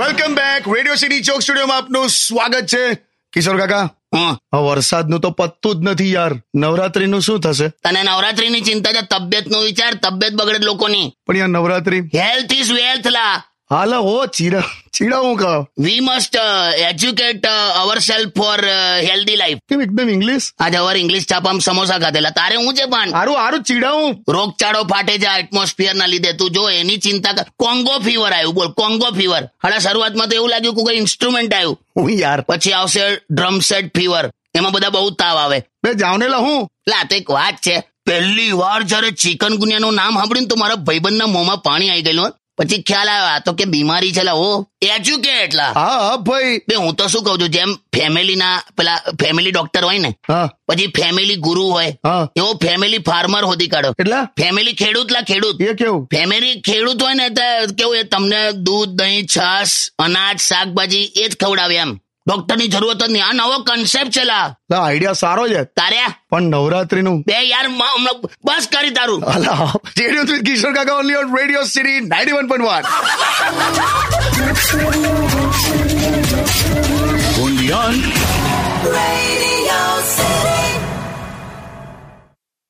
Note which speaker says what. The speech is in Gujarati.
Speaker 1: બેક રેડિયો સિટી ચોક સ્ટુડિયોમાં આપનું સ્વાગત છે કિશોર કાકા
Speaker 2: હમ.
Speaker 1: આ વરસાદનું તો પત્તું જ નથી યાર નવરાત્રીનું શું થશે
Speaker 2: તને નવરાત્રીની ચિંતા છે તબિયત નો વિચાર તબિયત બગડે લોકોની
Speaker 1: પણ યાર નવરાત્રી
Speaker 2: હેલ્થ ઇઝ વેલ્થ લા
Speaker 1: હાલ હો ચીડા ચીડા હું કહો
Speaker 2: we must educate our self for healthy life
Speaker 1: કેમ એકદમ ઇંગ્લિશ
Speaker 2: આજે અવર ઇંગ્લિશ છાપામાં સમોસા ખાધેલા તારે હું છે પણ
Speaker 1: હારું હારું ચીડાવું
Speaker 2: રોગચાળો ફાટે છે એટમોસ્ફિયર ના લીધે તું જો એની ચિંતા કર કોંગો ફીવર આવ્યું બોલ કોંગો ફીવર હડા શરૂઆતમાં તો એવું લાગ્યું કે કોઈ ઇન્સ્ટ્રુમેન્ટ આવ્યું
Speaker 1: હું યાર
Speaker 2: પછી આવશે ડ્રમ સેટ ફીવર એમાં બધા બહુ તાવ આવે
Speaker 1: બે જાવનેલા હું
Speaker 2: લા આ તો એક વાત છે પહેલી વાર જયારે ચિકન ગુનિયાનું નામ સાંભળ્યું ને તો મારા ભાઈબંધના મોંમાં પાણી આવી ગયેલું હો. પછી ખ્યાલ આવ્યો આ તો કે બીમારી છે લા ઓ એજ્યુકેટ લા
Speaker 1: હા હા ભાઈ
Speaker 2: બે હું તો શું કહું છું જેમ ફેમિલીના પેલા ફેમિલી ડોક્ટર હોય ને
Speaker 1: હા
Speaker 2: પછી ફેમિલી ગુરુ હોય
Speaker 1: હા
Speaker 2: એવો ફેમિલી ફાર્મર હોતી કાઢો
Speaker 1: એટલે
Speaker 2: ફેમિલી ખેડૂત લા ખેડૂત
Speaker 1: એ કેવું
Speaker 2: ફેમિલી ખેડૂત હોય ને તો કેવું એ તમને દૂધ દહીં છાશ અનાજ શાકભાજી એ જ ખવડાવે એમ ડોક્ટરની જરૂરત જ નહીં આ નવો કન્સેપ્ટ છે લા
Speaker 1: આઈડિયા સારો છે
Speaker 2: તારે આ
Speaker 1: પણ નવરાત્રીનું
Speaker 2: બે યાર મ- હમણાં બસ કરી તારું
Speaker 1: અલા રેડિયો કિશોર કાકા only on radio city ninety one